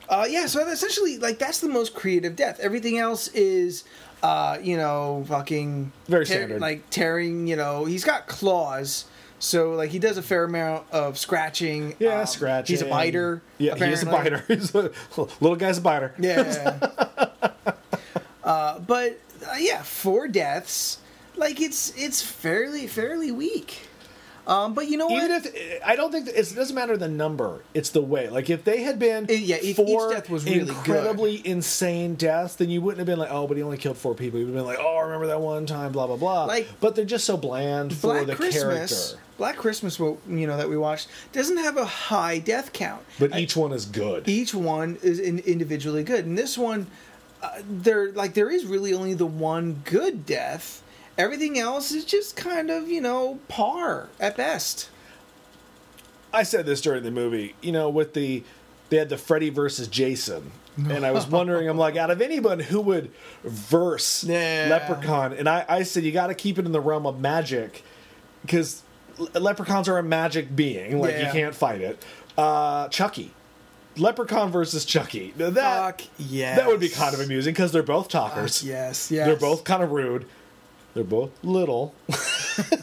S2: Uh, yeah, so essentially, like that's the most creative death. Everything else is, uh, you know, fucking
S1: Very standard.
S2: Like tearing, you know, he's got claws, so like he does a fair amount of scratching.
S1: Yeah,
S2: um,
S1: scratch.
S2: He's a biter.
S1: Yeah, he's a
S2: apparently.
S1: biter. (laughs) He's a, little guy's a biter.
S2: Yeah. (laughs) uh, but uh, yeah, four deaths. Like it's it's fairly fairly weak. Um, but you know what?
S1: Even if I don't think it's, it doesn't matter the number, it's the way. Like if they had been
S2: Uh, yeah, if each
S1: four
S2: death was really good.
S1: incredibly insane deaths, then you wouldn't have been like, oh, but he only killed four people. You'd have been like, oh, I remember that one time, blah blah blah.
S2: Like-
S1: but they're just so bland for
S2: Black
S1: the
S2: Christmas,
S1: character.
S2: Black Christmas, wo- you know that we watched doesn't have a high death count.
S1: But each one is good.
S2: each one is in, individually good, and this one, uh, there like there is really only the one good death. Everything else is just kind of you know par at best.
S1: I said this during the movie, you know, with the they had the Freddy versus Jason. And I was wondering, I'm like, out of anyone who would verse
S2: Yeah.
S1: Leprechaun, and I, I said you got to keep it in the realm of magic because leprechauns are a magic being, like you
S2: Yeah.
S1: can't fight it. Uh, Chucky, Leprechaun versus Chucky, Now that
S2: Fuck Uh, yes.
S1: that would be kind of amusing because they're both talkers.
S2: Yes, yes.
S1: they're both kind of rude. They're both little. (laughs)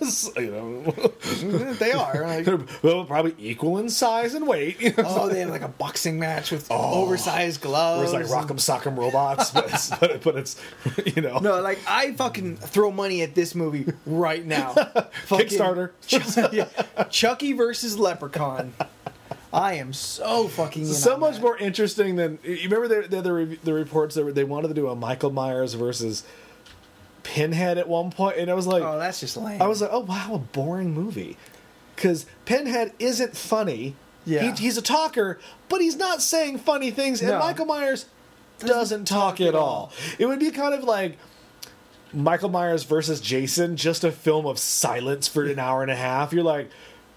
S1: So, you know, (laughs)
S2: (laughs) they are. Like,
S1: they're both probably equal in size and weight. (laughs) you know.
S2: oh, they have like a boxing match with oversized
S1: Or
S2: gloves.
S1: Oh. it's like Rock'em Sock'em Robots, but it's, but, it, but it's (laughs) you know
S2: No, like I fucking throw money at this movie right now. Fucking-
S1: (laughs) Kickstarter.
S2: Chuck- yeah. (laughs) Chucky versus Leprechaun. I am so fucking in
S1: so
S2: on
S1: much
S2: that.
S1: more interesting than you remember the the, the, re- the reports that were, they wanted to do a Michael Myers versus Pinhead at one point, and I was like,
S2: Oh, that's just lame.
S1: I was like, oh wow, a boring movie, because Pinhead isn't funny.
S2: Yeah.
S1: he, he's a talker, but he's not saying funny things, and
S2: No.
S1: Michael Myers doesn't, talk, at all. It would be kind of like. Michael Myers versus Jason, just a film of silence for an hour and a half. You're like,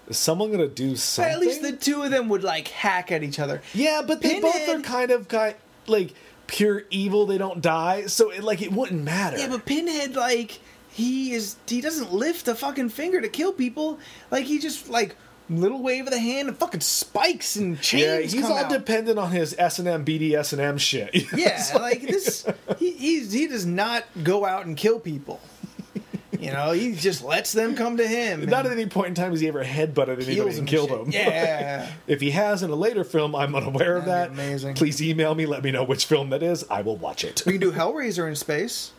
S1: is someone gonna do something?
S2: at least the two of them would like hack at each other.
S1: Yeah, but they both
S2: Pinhead-
S1: are kind of kind like pure evil. They don't die, so it, like it wouldn't matter.
S2: Yeah, but Pinhead like he is he doesn't lift a fucking finger to kill people. Like he just like little wave of the hand and fucking spikes and chains.
S1: yeah, he's
S2: come
S1: all
S2: out.
S1: dependent on his S and M, BD, S and M shit. (laughs)
S2: Yeah, like, this, he he's, he does not go out and kill people. You know, he just lets them come to him.
S1: Not at
S2: and
S1: any point in time has he ever headbutted anybody
S2: heals
S1: and
S2: and
S1: killed
S2: shit.
S1: them.
S2: Yeah.
S1: (laughs) If he has in a later film, I'm unaware of that.
S2: That'd be amazing.
S1: Please email me. Let me know which film that is. I will watch
S2: (laughs)
S1: it.
S2: we can do Hellraiser in space.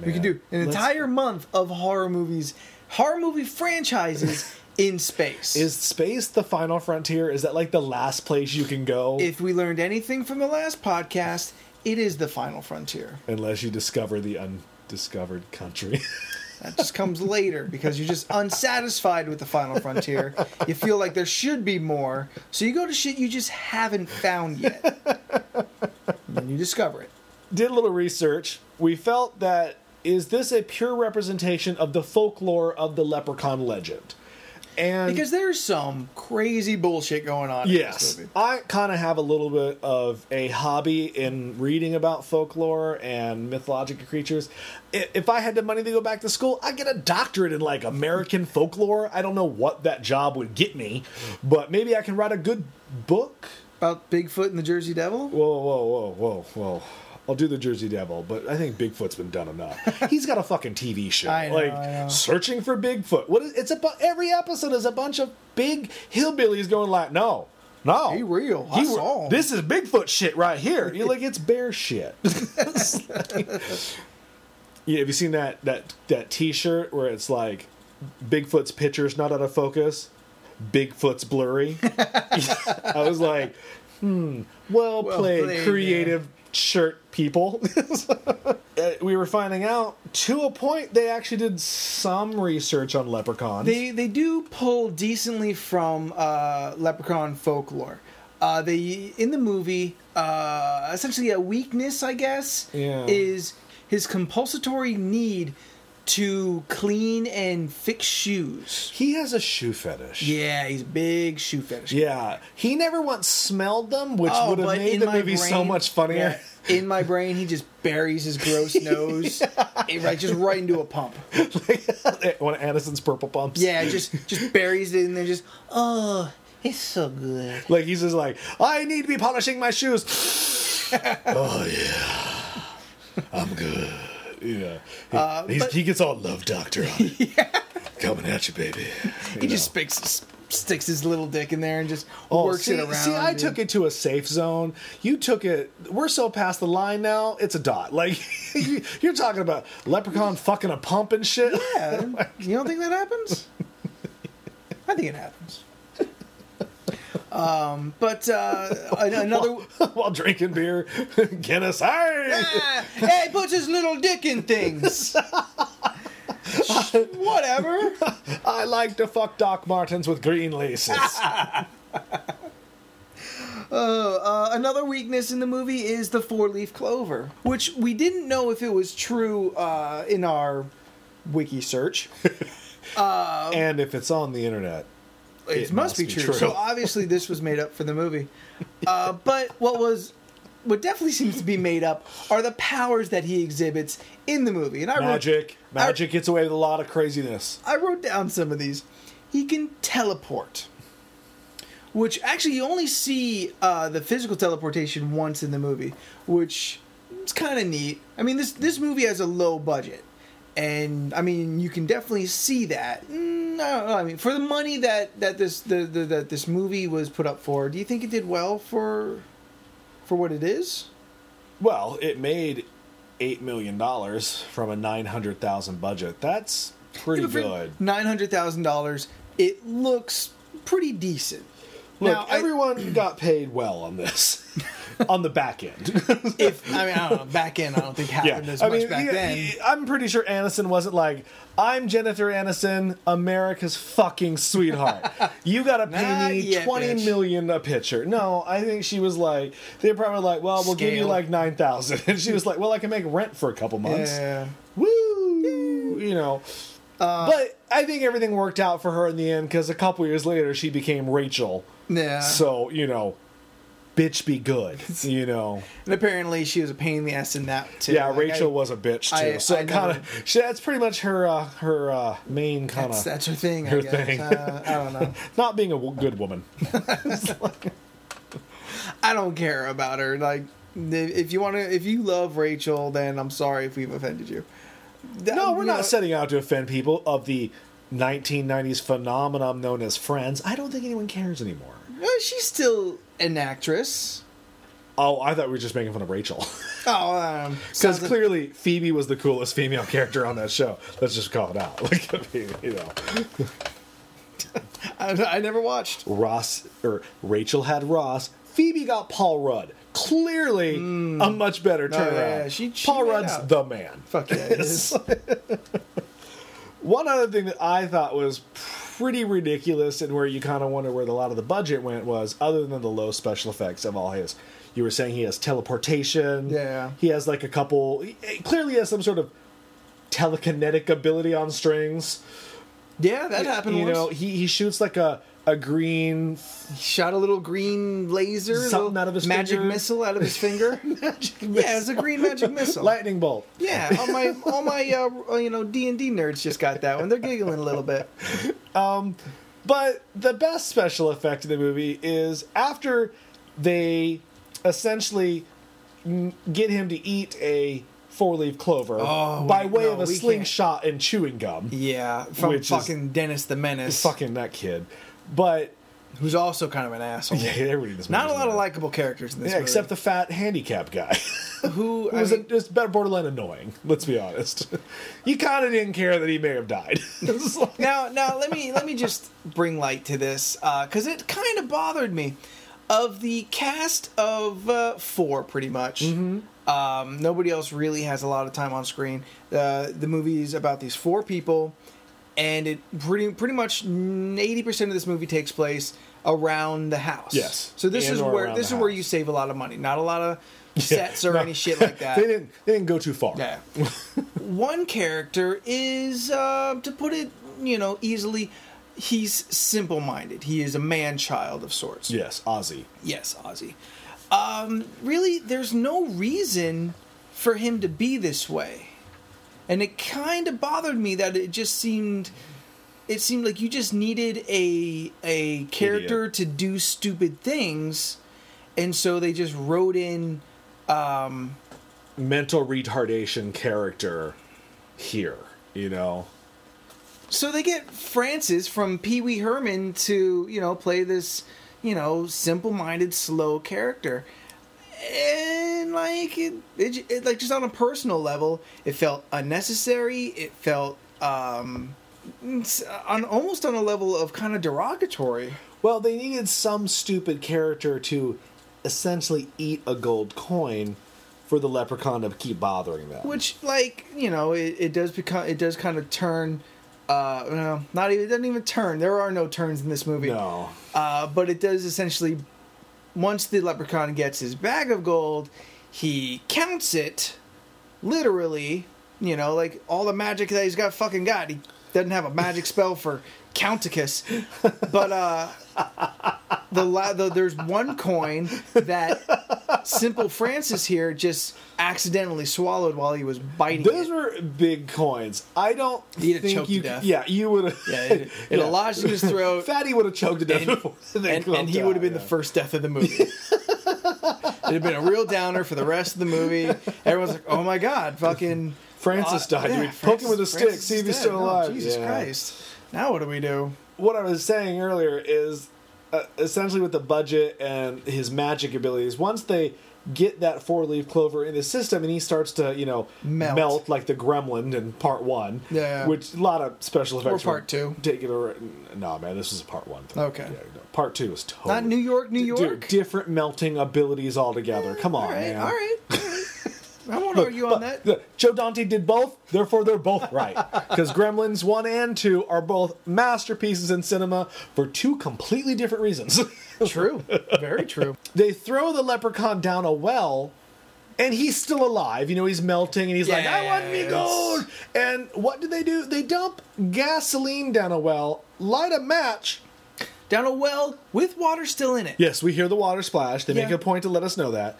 S2: We
S1: Man.
S2: can do an
S1: Let's-
S2: entire month of horror movies, horror
S1: (laughs)
S2: movie franchises in space.
S1: Is space the final frontier? Is that like the last place you can go?
S2: if we learned anything from the last podcast, it is the final frontier.
S1: Unless you discover the undiscovered country. (laughs)
S2: That just comes later because you're just unsatisfied with the final frontier. You feel like there should be more, so you go to shit you just haven't found yet. And then you discover it.
S1: did a little research. We felt that is this a pure representation of the folklore of the leprechaun legend? And
S2: because there's some crazy bullshit going on.
S1: Yes,
S2: in this movie.
S1: I kind of have a little bit of a hobby in reading about folklore and mythological creatures. I- If I had the money to go back to school, I'd get a doctorate in like American folklore. I don't know what that job would get me, but maybe I can write a good book.
S2: about Bigfoot and the Jersey Devil.
S1: Whoa, whoa, whoa, whoa, whoa. I'll do the Jersey Devil, but I think Bigfoot's been done enough.
S2: (laughs)
S1: He's got a fucking TV show,
S2: I know,
S1: like
S2: I know.
S1: searching for Bigfoot. What is, it's a bu- every episode is a bunch of big hillbillies going like, no, no,
S2: He real. I
S1: re-
S2: saw him."
S1: This is Bigfoot shit right here. You're like, it's bear
S2: (laughs)
S1: shit. (laughs) It's like- yeah, have you seen that that that T-shirt where it's like Bigfoot's picture's not out of focus, Bigfoot's
S2: (laughs)
S1: blurry? I was like, hmm, well,
S2: Well
S1: played,
S2: played,
S1: creative shirt people. (laughs) Uh, we were finding out to a point they actually did some research on leprechauns.
S2: They they do pull decently from uh, leprechaun folklore. Uh, they in the movie uh, essentially a weakness, I guess,
S1: Yeah.
S2: is his compulsory need to clean and fix shoes.
S1: he has a shoe fetish.
S2: Yeah, he's a big shoe fetish. Oh,
S1: Yeah, he never once smelled them, which would have
S2: but
S1: made
S2: in
S1: the
S2: my
S1: movie so
S2: brain-
S1: much funnier.
S2: yeah, in my brain, he just buries
S1: (laughs)
S2: his gross nose it, right, just right into a pump.
S1: (laughs) One of Aniston's purple pumps.
S2: Yeah, just just buries it in there. Just oh, it's so good.
S1: Like he's just like, I need to be polishing my shoes. (sighs) oh yeah, I'm good. Yeah, Uh, he, he's-
S2: but-
S1: he gets all love doctor (laughs) on it. Coming at you, baby.
S2: He just sticks sticks his little dick in there and just works
S1: Oh, see,
S2: it around.
S1: See, I
S2: dude. (laughs)
S1: took it to a safe zone. You took it. We're so past the line now. It's a dot. Like (laughs) you, you're talking about leprechaun fucking a pump and shit. (laughs)
S2: Yeah, you don't think that (laughs) happens? I think it happens. Um, but (laughs) uh, an- another.
S1: (laughs) while drinking beer. Guinness, hey!
S2: Ah, (laughs) hey, puts his little dick in (laughs) things. Whatever.
S1: I like to fuck Doc Martens with green laces. (laughs)
S2: Uh, another weakness in the movie is the four leaf clover, which we didn't know if it was true uh, in our wiki search.
S1: and if it's on the internet,
S2: it,
S1: It
S2: must, be, true. So obviously this was made up for the movie. (laughs) Uh, but what was what definitely seems to be made up are the powers that he exhibits in the movie. And
S1: (laughs)
S2: I
S1: magic,
S2: wrote, I-
S1: magic gets away with a lot of craziness.
S2: I, wrote down some of these. He can teleport. Which actually you only see uh, the physical teleportation once in the movie, which is kind of neat. I mean this this movie has a low budget. And I mean, you can definitely see that. Mm, I don't know. I mean, for the money that that this the, the that this movie was put up for, do you think it did well for for what it is?
S1: Well, it made eight million dollars from a nine hundred thousand budget. That's pretty good.
S2: Nine hundred thousand dollars. It looks pretty decent.
S1: Look,
S2: Now, I-
S1: everyone got paid well on this,
S2: (laughs)
S1: on the back end.
S2: if I mean I don't know back in I don't think happened as much back
S1: yeah,
S2: then.
S1: yeah, I'm pretty sure Aniston wasn't like, "I'm Jennifer Aniston, America's fucking sweetheart. you
S2: (laughs)
S1: gotta pay
S2: Not
S1: me
S2: yet,
S1: twenty million
S2: bitch."
S1: a picture." No, I think she was like, they were probably like, "Well, we'll give you
S2: Scale.
S1: like nine thousand. (laughs) and she was like, "Well, I can make rent for a couple months."
S2: Yeah.
S1: Woo! You know.
S2: Uh,
S1: but I think everything worked out for her in the end because a couple years later she became Rachel.
S2: Yeah.
S1: So you know, bitch, be good. You
S2: (laughs)
S1: know.
S2: and apparently she was a pain in the ass in that too.
S1: Yeah,
S2: Like,
S1: Rachel
S2: I-
S1: was a bitch too.
S2: I-
S1: so
S2: I
S1: it kind
S2: know.
S1: of she that's pretty much her uh, her uh, main kind
S2: That's,
S1: of
S2: that's her thing.
S1: Her
S2: I guess.
S1: thing.
S2: Uh, I
S1: (laughs)
S2: don't know.
S1: not being a w- good
S2: (laughs)
S1: woman.
S2: I don't care about her. Like if you want to, if you love Rachel, then I'm sorry if we've offended you.
S1: No, we're
S2: You
S1: not
S2: know,
S1: setting out to offend people of the 1990s phenomenon known as Friends. I don't think anyone cares anymore.
S2: no, She's still an actress.
S1: Oh, I thought we were just making fun of Rachel (laughs)
S2: Oh, um,
S1: because
S2: sounds like-
S1: clearly Phoebe was the coolest female character on that show. Let's just call it out. (laughs) Like I mean, you know,
S2: (laughs) I, I never watched.
S1: Ross or Rachel had Ross. Phoebe got Paul Rudd. Clearly, a much better
S2: Hmm. Oh, yeah,
S1: turnaround.
S2: yeah, she- she
S1: Paul
S2: made
S1: Rudd's
S2: out.
S1: the man.
S2: Fuck yeah,
S1: (laughs)
S2: it is.
S1: One other thing that I thought was pretty ridiculous and where you kind of wonder where the, a lot of the budget went was other than the low special effects of all his. You were saying he has teleportation.
S2: Yeah.
S1: He has like a couple. He, he clearly has some sort of telekinetic ability on strings.
S2: Yeah, that happened.
S1: you
S2: once.
S1: know, he, he shoots like a, a green
S2: He shot a little green laser, a
S1: Something
S2: little
S1: out of his
S2: magic
S1: finger.
S2: missile out of
S1: (laughs)
S2: his finger. Yeah, it's a green magic missile.
S1: lightning bolt.
S2: yeah, all my all my uh, you know D and D nerds just got that one. They're giggling a little bit.
S1: But the best special effect in the movie is after they essentially n- get him to eat a four leaf clover
S2: Oh,
S1: by
S2: wait,
S1: way
S2: no,
S1: of
S2: we
S1: a
S2: can't.
S1: slingshot and chewing gum.
S2: Yeah, from
S1: Which is-
S2: fucking Dennis the Menace,
S1: Fucking that kid. But
S2: who's also kind of an asshole.
S1: yeah, everybody in this
S2: Not a
S1: movie's
S2: lot of
S1: mad.
S2: likable characters in this
S1: Yeah,
S2: movie.
S1: except the fat handicap
S2: (laughs)
S1: guy.
S2: who
S1: It
S2: I
S1: was
S2: mean,
S1: a, just better borderline annoying. Let's be honest. (laughs) You kind of didn't care that he may have died. (laughs) It's like-
S2: now now let me let me just bring light to this because it kind of bothered me of the cast of uh, four pretty much
S1: Mm-hmm.
S2: um, nobody else really has a lot of time on screen uh, the movie is about these four people and it pretty pretty much 80% of this movie takes place around the house
S1: Yes.
S2: so this
S1: In
S2: is
S1: or
S2: where
S1: around
S2: this is
S1: the
S2: where
S1: house.
S2: you save a lot of money not a lot
S1: (laughs)
S2: of sets or
S1: No.
S2: any shit like that
S1: they didn't. They didn't go too far.
S2: yeah. (laughs) One character is, uh, to put it, you know, easily, he's simple minded. He is a man child of sorts.
S1: Yes, Ozzy.
S2: Yes, Ozzy. Um, really, there's no reason for him to be this way. And it kind of bothered me that it just seemed. It seemed like you just needed a a character
S1: Idiot.
S2: to do stupid things, and so they just wrote in
S1: mental retardation character here, you know?
S2: So they get Francis from Pee Wee Herman to, you know, play this, you know, simple minded, slow character. And, like, it, it, it, like, just on a personal level, it felt unnecessary. It felt, um, s- on almost on a level of kind of derogatory.
S1: Well, they needed some stupid character to essentially eat a gold coin for the leprechaun to keep bothering them.
S2: which like you know it, it does become it does kind of turn uh well, not even it doesn't even turn there are no turns in this movie
S1: No.
S2: uh but it does essentially once the leprechaun gets his bag of gold he counts it literally you know like all the magic that he's got fucking got he doesn't have a
S1: (laughs)
S2: magic spell for counticus but uh the, la- the there's one coin that simple Francis here just accidentally swallowed while he was biting.
S1: Those
S2: it.
S1: were big coins. I don't
S2: He'd have
S1: think
S2: choked
S1: you.
S2: to death.
S1: Yeah, you would have. (laughs)
S2: yeah, it, it lodged in his throat,
S1: Fatty would have choked to death (laughs)
S2: and,
S1: before they
S2: and- and he
S1: clumped
S2: would have
S1: out,
S2: been the
S1: yeah.
S2: first death of
S1: (laughs)
S2: the movie. It'd have been a real downer for the rest of the movie. Everyone's like, "Oh my god, fucking
S1: Francis
S2: Uh,
S1: died.
S2: yeah,
S1: You mean, poke him with a
S2: Francis-
S1: stick, see if he's
S2: Francis
S1: still
S2: is dead. No,
S1: alive.
S2: Jesus
S1: Yeah.
S2: Christ! Now what do we do?
S1: what I was saying earlier is uh, essentially with the budget and his magic abilities, once they get that four leaf clover in his system and he starts to, you know,
S2: Melt.
S1: like the gremlin in part one,
S2: Yeah.
S1: which a lot of special effects
S2: part two.
S1: Taking over. No, man, this was a part one thing.
S2: Okay.
S1: Yeah, no, part two was totally.
S2: Not New York, New
S1: Oh, Dude,
S2: York.
S1: different melting abilities altogether. Come on,
S2: all right,
S1: man.
S2: all right.
S1: (laughs)
S2: I won't argue on
S1: But
S2: that.
S1: the- Joe Dante did both, therefore they're both right. (laughs) Because Gremlins 1 and 2 are both masterpieces in cinema for two completely different reasons. (laughs)
S2: True, very true.
S1: they throw the leprechaun down a well, and he's still alive. You know, he's melting, and he's like, I want me
S2: Yes.
S1: gold! And what do they do? They dump gasoline down a well, light a match.
S2: Down a well with water still in it.
S1: Yes, we hear the water splash. They make
S2: Yeah.
S1: a point to let us know that.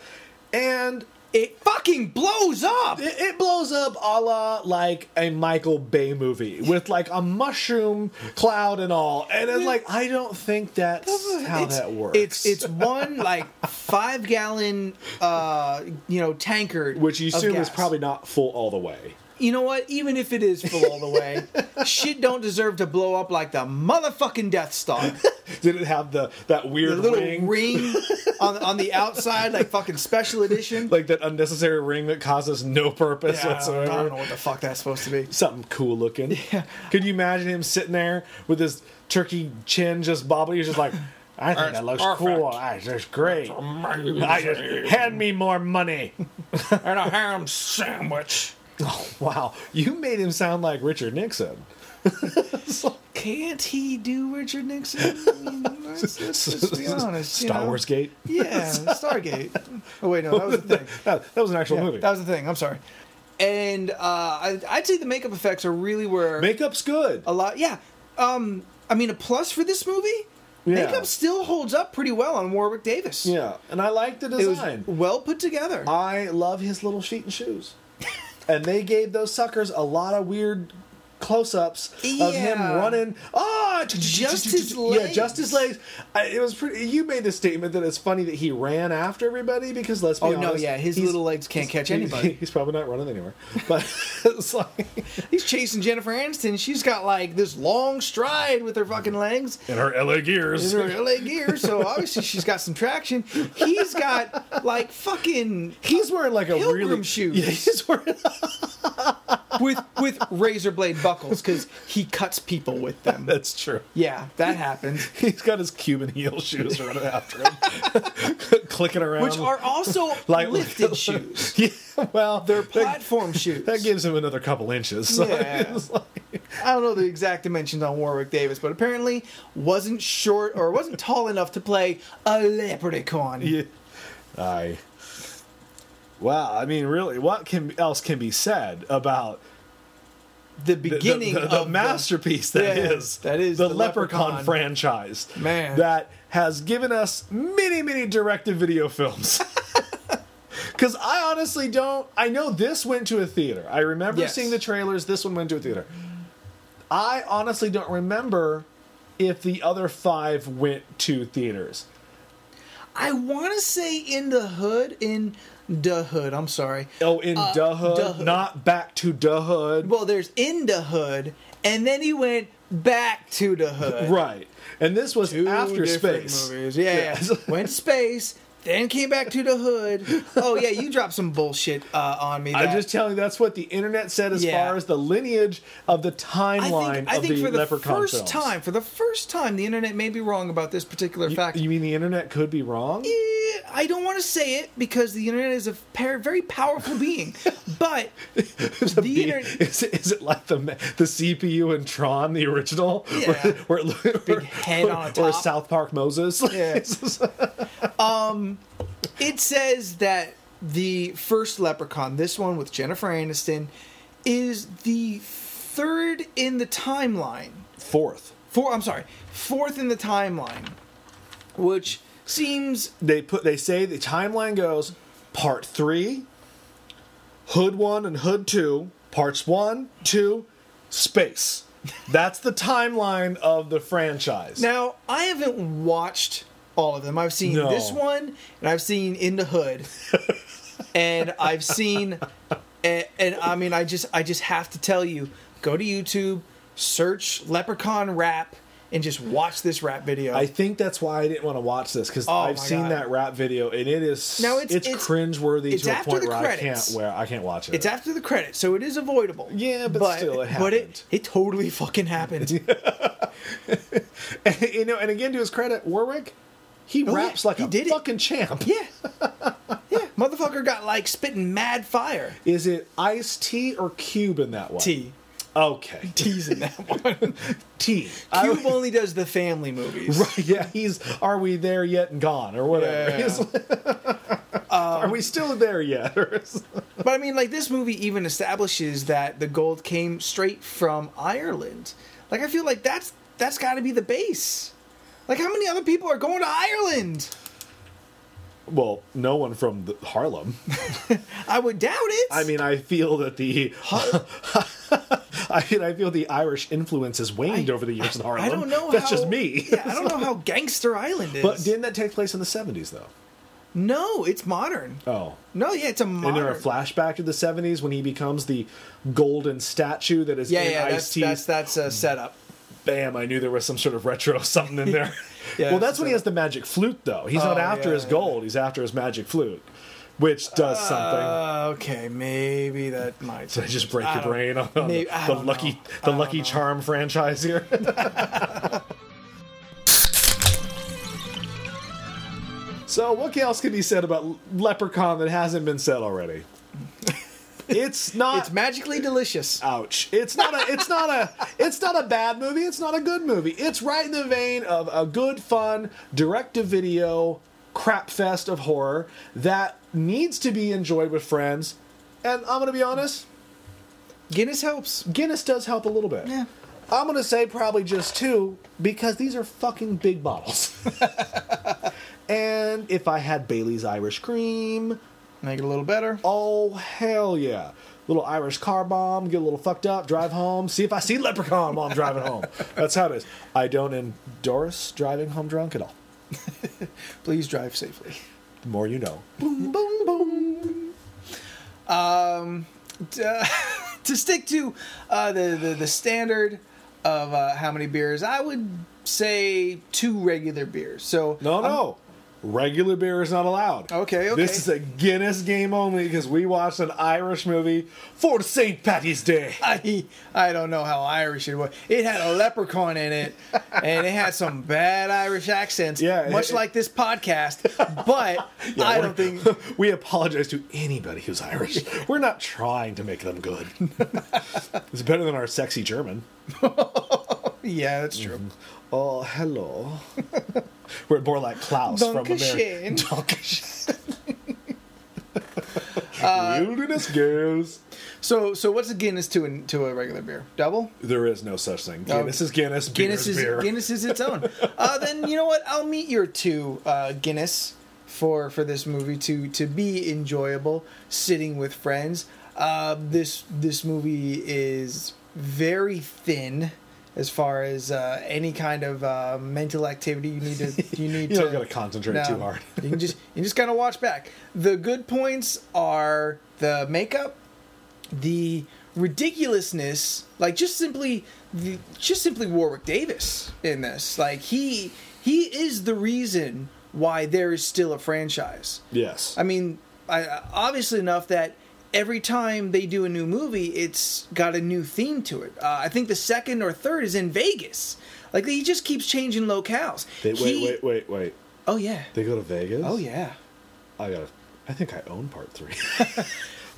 S1: And
S2: It fucking blows up.
S1: It, it blows up a la like a Michael Bay movie with like a mushroom cloud and all. And it's like, I don't think that's how
S2: it's,
S1: that works.
S2: It's it's one like five gallon uh you know tankard,
S1: Which you
S2: of
S1: assume is
S2: gas.
S1: probably not full all the way.
S2: you know what? Even if it is full all
S1: (laughs)
S2: the way, shit don't deserve to blow up like the motherfucking Death Star.
S1: Did it have the that
S2: The
S1: weird
S2: little
S1: ring,
S2: ring, on on the outside, like fucking special edition.
S1: like that unnecessary ring that causes no purpose
S2: Yeah, I
S1: whatsoever?
S2: don't know what the fuck that's supposed to be.
S1: Something cool looking.
S2: (laughs)
S1: Could you imagine him sitting there with his turkey chin just bobbing? He's just like, I think that looks cool. I, that's great. I just, hand me more money.
S3: and a ham sandwich.
S1: (laughs) Oh, wow. You made him sound like Richard Nixon.
S2: Can't he do Richard
S1: (laughs)
S2: Nixon? I mean, let's, let's, let's be honest. you
S1: Star
S2: know?
S1: Wars Gate?
S2: Yeah, Stargate. Oh wait, no, that was the thing.
S1: That, that was an actual movie.
S2: That was the thing. I'm sorry. And uh, I, I'd say the makeup effects are really where
S1: Makeup's good.
S2: a lot. Yeah, um, I mean, a plus for this movie.
S1: Yeah.
S2: Makeup still holds up pretty well on Warwick Davis.
S1: Yeah, Uh, and I like the
S2: it was
S1: design.
S2: well put together.
S1: I love his little feet and
S2: (laughs)
S1: shoes. and they gave those suckers a lot of weird close-ups of him
S2: Yeah.
S1: running. Ah,
S2: Just his
S1: Yeah, just his legs. I, it was pretty. You made the statement that it's funny that he ran after everybody because let's be
S2: oh
S1: honest.
S2: no, yeah, his
S1: he's-
S2: little legs can't catch anybody.
S1: (laughs) He's probably not running
S2: (laughs)
S1: anywhere. But (laughs) it's like
S2: He's chasing Jennifer Aniston. She's got like this long stride with her fucking legs.
S4: in her LA gears.
S2: in her LA
S1: (laughs)
S2: gear, so obviously she's got some traction. He's got like fucking
S1: he's wearing like a
S2: Pilgrim
S1: really
S2: shoes.
S1: Yeah,
S2: (laughs)
S1: he's wearing
S2: with with razor blade buckles because he cuts people with
S1: (laughs)
S2: them.
S1: That's true.
S2: Yeah, that happens.
S1: He's got his Cuban heel shoes running after him, (laughs) clicking around.
S2: Which are also (laughs)
S1: Like-
S2: lifted shoes.
S1: yeah, well, they're
S2: Platform shoes.
S1: That gives him another couple inches. (laughs) So
S2: Yeah.
S1: it's like-
S2: I don't know the exact dimensions on Warwick Davis, but apparently wasn't short or wasn't tall enough to play a leprechaun.
S1: yeah. I. Wow. I mean, really, what can else can be said about the,
S2: The
S1: the-
S2: beginning
S1: the- the
S2: of
S1: masterpiece that is
S2: Yeah, that is
S1: the,
S2: the
S1: Leprechaun,
S2: Leprechaun.
S1: franchise,
S2: Man.
S1: that has given us many, many direct-to-video
S2: (laughs)
S1: films. Because I honestly don't. I know this went to a theater. I remember
S2: Yes.
S1: seeing the trailers. This one went to a theater. I honestly don't remember if the other five went to theaters.
S2: I want to say in the hood in the hood. I'm sorry.
S1: Oh, in
S2: Uh,
S1: Da Hood,
S2: Da Hood.
S1: not back to Da Hood.
S2: Well, there's in the hood, and then he went back to the hood.
S1: right. And this was
S2: Two
S1: after
S2: different
S1: space.
S2: movies. Yeah,
S1: Yeah. (laughs)
S2: went to space, then came back to the hood. Oh yeah, you dropped some bullshit uh, on me.
S1: I'm
S2: that-
S1: just telling you, that's what the internet said as
S2: Yeah.
S1: far as the lineage of the timeline of the Leprechaun
S2: first
S1: films.
S2: time, for the first time, the internet may be wrong about this particular
S1: You,
S2: fact.
S1: you mean the internet could be wrong?
S2: Eh, I don't want to say it because the internet is a par- very
S1: (laughs)
S2: powerful being, but the
S1: Be-
S2: internet.
S1: is, it, is it like the the CPU in Tron, the original,
S2: Yeah.
S1: (laughs) where, where it- where-
S2: head on
S1: or
S2: top.
S1: South Park Moses?
S2: Yeah.
S1: It's just- (laughs)
S2: Um, It says that the first Leprechaun, this one with Jennifer Aniston, is the third in the timeline.
S1: Fourth,
S2: Four, I'm sorry, fourth in the timeline, which seems
S1: they put they say the timeline goes part three, Hood one and Hood two, parts one, two, space. That's the timeline of the franchise.
S2: Now, I haven't watched all of them. I've seen
S1: No.
S2: this one, and I've seen In
S1: (laughs)
S2: the Hood, and I've seen, and, and I mean, I just, I just have to tell you, go to YouTube, search Leprechaun rap, and just watch this rap video.
S1: I think that's why I didn't want to watch this because I've
S2: Oh my
S1: seen
S2: God.
S1: that rap video and it is
S2: No,
S1: it's,
S2: it's-
S1: it's,
S2: it's-
S1: cringeworthy
S2: it's
S1: to a
S2: after
S1: point
S2: the
S1: where I
S2: credits.
S1: can't where I can't watch it.
S2: it's after the credits, so it is avoidable.
S1: Yeah, but still, it
S2: But
S1: happened.
S2: it, it totally
S1: (laughs)
S2: fucking happened.
S1: (laughs) you know, and again to his credit, Warwick, he
S2: Oh,
S1: raps
S2: yeah,
S1: like
S2: he
S1: a
S2: did it.
S1: fucking champ.
S2: yeah, yeah. Motherfucker got like spitting mad fire.
S1: Is it Ice T or Cube in that one?
S2: T.
S1: Okay.
S2: T's in that one.
S1: T. I-
S2: Cube only does the family movies.
S1: Right, (laughs) yeah, he's are we there yet and gone or whatever.
S2: Yeah.
S1: He's (laughs) are we still there yet? (laughs) Or is-
S2: But I mean, like this movie even establishes that the gold came straight from Ireland. Like I feel like that's that's got to be the base. Like how many other people are going to Ireland?
S1: well, no one from the, Harlem.
S2: I would doubt it.
S1: I mean, I feel that the (laughs) I mean, I feel the Irish influence has waned
S2: I-
S1: over the years in Harlem.
S2: I don't know.
S1: That's
S2: how,
S1: just me.
S2: (laughs) Yeah, I don't know how gangster Island is.
S1: (laughs) but didn't that take place in the seventies though?
S2: no, it's modern.
S1: Oh.
S2: No, yeah, it's a
S1: And there
S2: modern.
S1: a flashback to the seventies when he becomes the golden statue that is
S2: yeah,
S1: in
S2: yeah, that's
S1: Ice
S2: that's that's a setup.
S1: Bam! I knew there was some sort of retro (laughs) something in there.
S2: (laughs) Yeah,
S1: well, that's
S2: that's
S1: when he has the magic flute, though. He's not
S2: Oh,
S1: after
S2: yeah,
S1: his
S2: yeah.
S1: gold; he's after his magic flute, which does something.
S2: Uh, okay, maybe that might.
S1: Did I just break
S2: I
S1: your
S2: don't-
S1: brain on, on
S2: maybe-
S1: the,
S2: I
S1: the
S2: don't know.
S1: lucky
S2: I
S1: the
S2: don't
S1: Lucky
S2: know.
S1: Charm franchise here? (laughs) so, what else can be said about Leprechaun that hasn't been said already?
S2: (laughs)
S1: It's not
S2: It's magically delicious.
S1: ouch it's not a it's not a it's not a bad movie it's not a good movie it's right in the vein of a good fun direct-to-video crap fest of horror that needs to be enjoyed with friends and i'm gonna be honest
S2: Guinness helps.
S1: guinness does help a little bit
S2: Yeah.
S1: I'm gonna say probably just two because these are fucking big bottles. (laughs) and if I had Bailey's Irish Cream,
S2: Make it a little better.
S1: oh hell yeah! Little Irish car bomb, get a little fucked up, drive home, see if I see Leprechaun while I'm driving home. That's how it is. I don't endorse driving home drunk at all.
S2: Please drive safely.
S1: The more you know.
S2: Boom, boom, boom. Um, t- uh, (laughs) to stick to uh, the, the the standard of uh, how many beers, I would say two regular beers. So
S1: No, no. Regular beer is not allowed.
S2: Okay, okay.
S1: This is a Guinness game only because we watched an Irish movie for St. Patty's Day.
S2: I I don't know how Irish it was. It had a leprechaun in it, and it had some bad Irish accents.
S1: Yeah,
S2: much
S1: it-
S2: like this podcast.
S1: (laughs)
S2: But
S1: Yeah,
S2: I
S1: we're-
S2: don't
S1: (laughs)
S2: think
S1: we apologize to anybody who's Irish. We're not trying to make them good. (laughs) it's better than our sexy German.
S2: Yeah, that's true.
S1: Oh, hello. (laughs) We're more like Klaus from America. (laughs)
S2: Dankeschön.
S1: (laughs) Wilderness girls.
S2: So so what's a Guinness to an, to a regular beer? Double?
S1: There is no such thing.
S2: Oh,
S1: Guinness is Guinness.
S2: Guinness
S1: beer
S2: is
S1: is beer.
S2: Guinness is its own. uh, then you know what? I'll meet your two uh, Guinness for for this movie to to be enjoyable sitting with friends. Uh, this this movie is very thin as far as uh, any kind of uh, mental activity you need to you need
S1: You
S2: to
S1: don't gotta concentrate too hard.
S2: (laughs) you can just you just kind of watch back. The good points are the makeup, the ridiculousness, like just simply the, just simply Warwick Davis in this. Like he he is the reason why there is still a franchise.
S1: Yes.
S2: I mean, I, I- obviously enough that every time they do a new movie, it's got a new theme to it. Uh, I think the second or third is in Vegas. Like he just keeps changing locales.
S1: They- wait,
S2: He-
S1: wait, wait, wait.
S2: Oh yeah.
S1: They go to Vegas?
S2: Oh yeah.
S1: I got. I think I own part three. (laughs)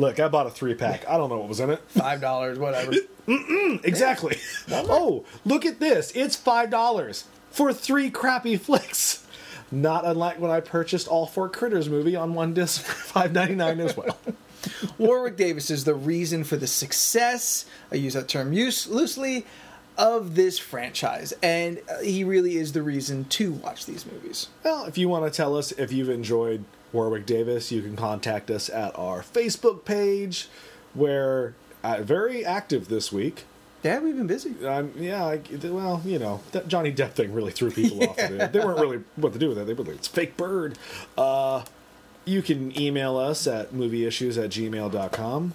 S1: Look, I bought a three pack. I don't know what was in it.
S2: Five
S1: (laughs)
S2: dollars, whatever.
S1: Exactly. (laughs) oh, look at this. It's five dollars for three crappy flicks. Not unlike when I purchased all four Critters movie on one disc for (laughs) five ninety nine as well.
S2: Warwick Davis is the reason for the success. I use that term use loosely of this franchise, and uh, he really is the reason to watch these movies.
S1: (laughs) well, if you want to tell us if you've enjoyed Warwick Davis, you can contact us at our Facebook page, where uh, very active this week.
S2: Yeah, we've been busy.
S1: I'm, yeah, I, well, you know, that Johnny Depp thing really threw people off. Of it. They weren't really what to do with it. They were like, it's fake bird. Uh, you can email us at movieissues at gmail.com.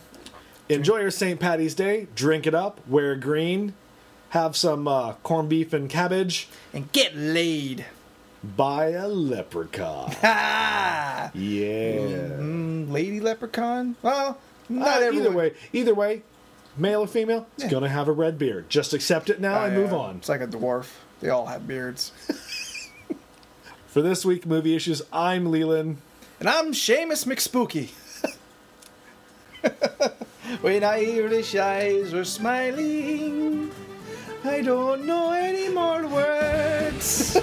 S1: Enjoy your St. Patty's Day. Drink it up. Wear green. Have some uh, corned beef and cabbage.
S2: And get laid.
S1: Buy a
S2: (laughs)
S1: leprechaun.
S2: Ah,
S1: Yeah.
S2: Mm, lady leprechaun. Well,
S1: Uh,
S2: not everyone.
S1: either way, either way, male or female, it's
S2: Yeah.
S1: going to have a red beard. Just accept it now
S2: I,
S1: and move
S2: uh,
S1: on.
S2: It's like a dwarf. They all have beards.
S1: For this week, Movie Issues, I'm Leland.
S2: And I'm Seamus McSpooky. (laughs) when Irish eyes were smiling, I don't know any more words.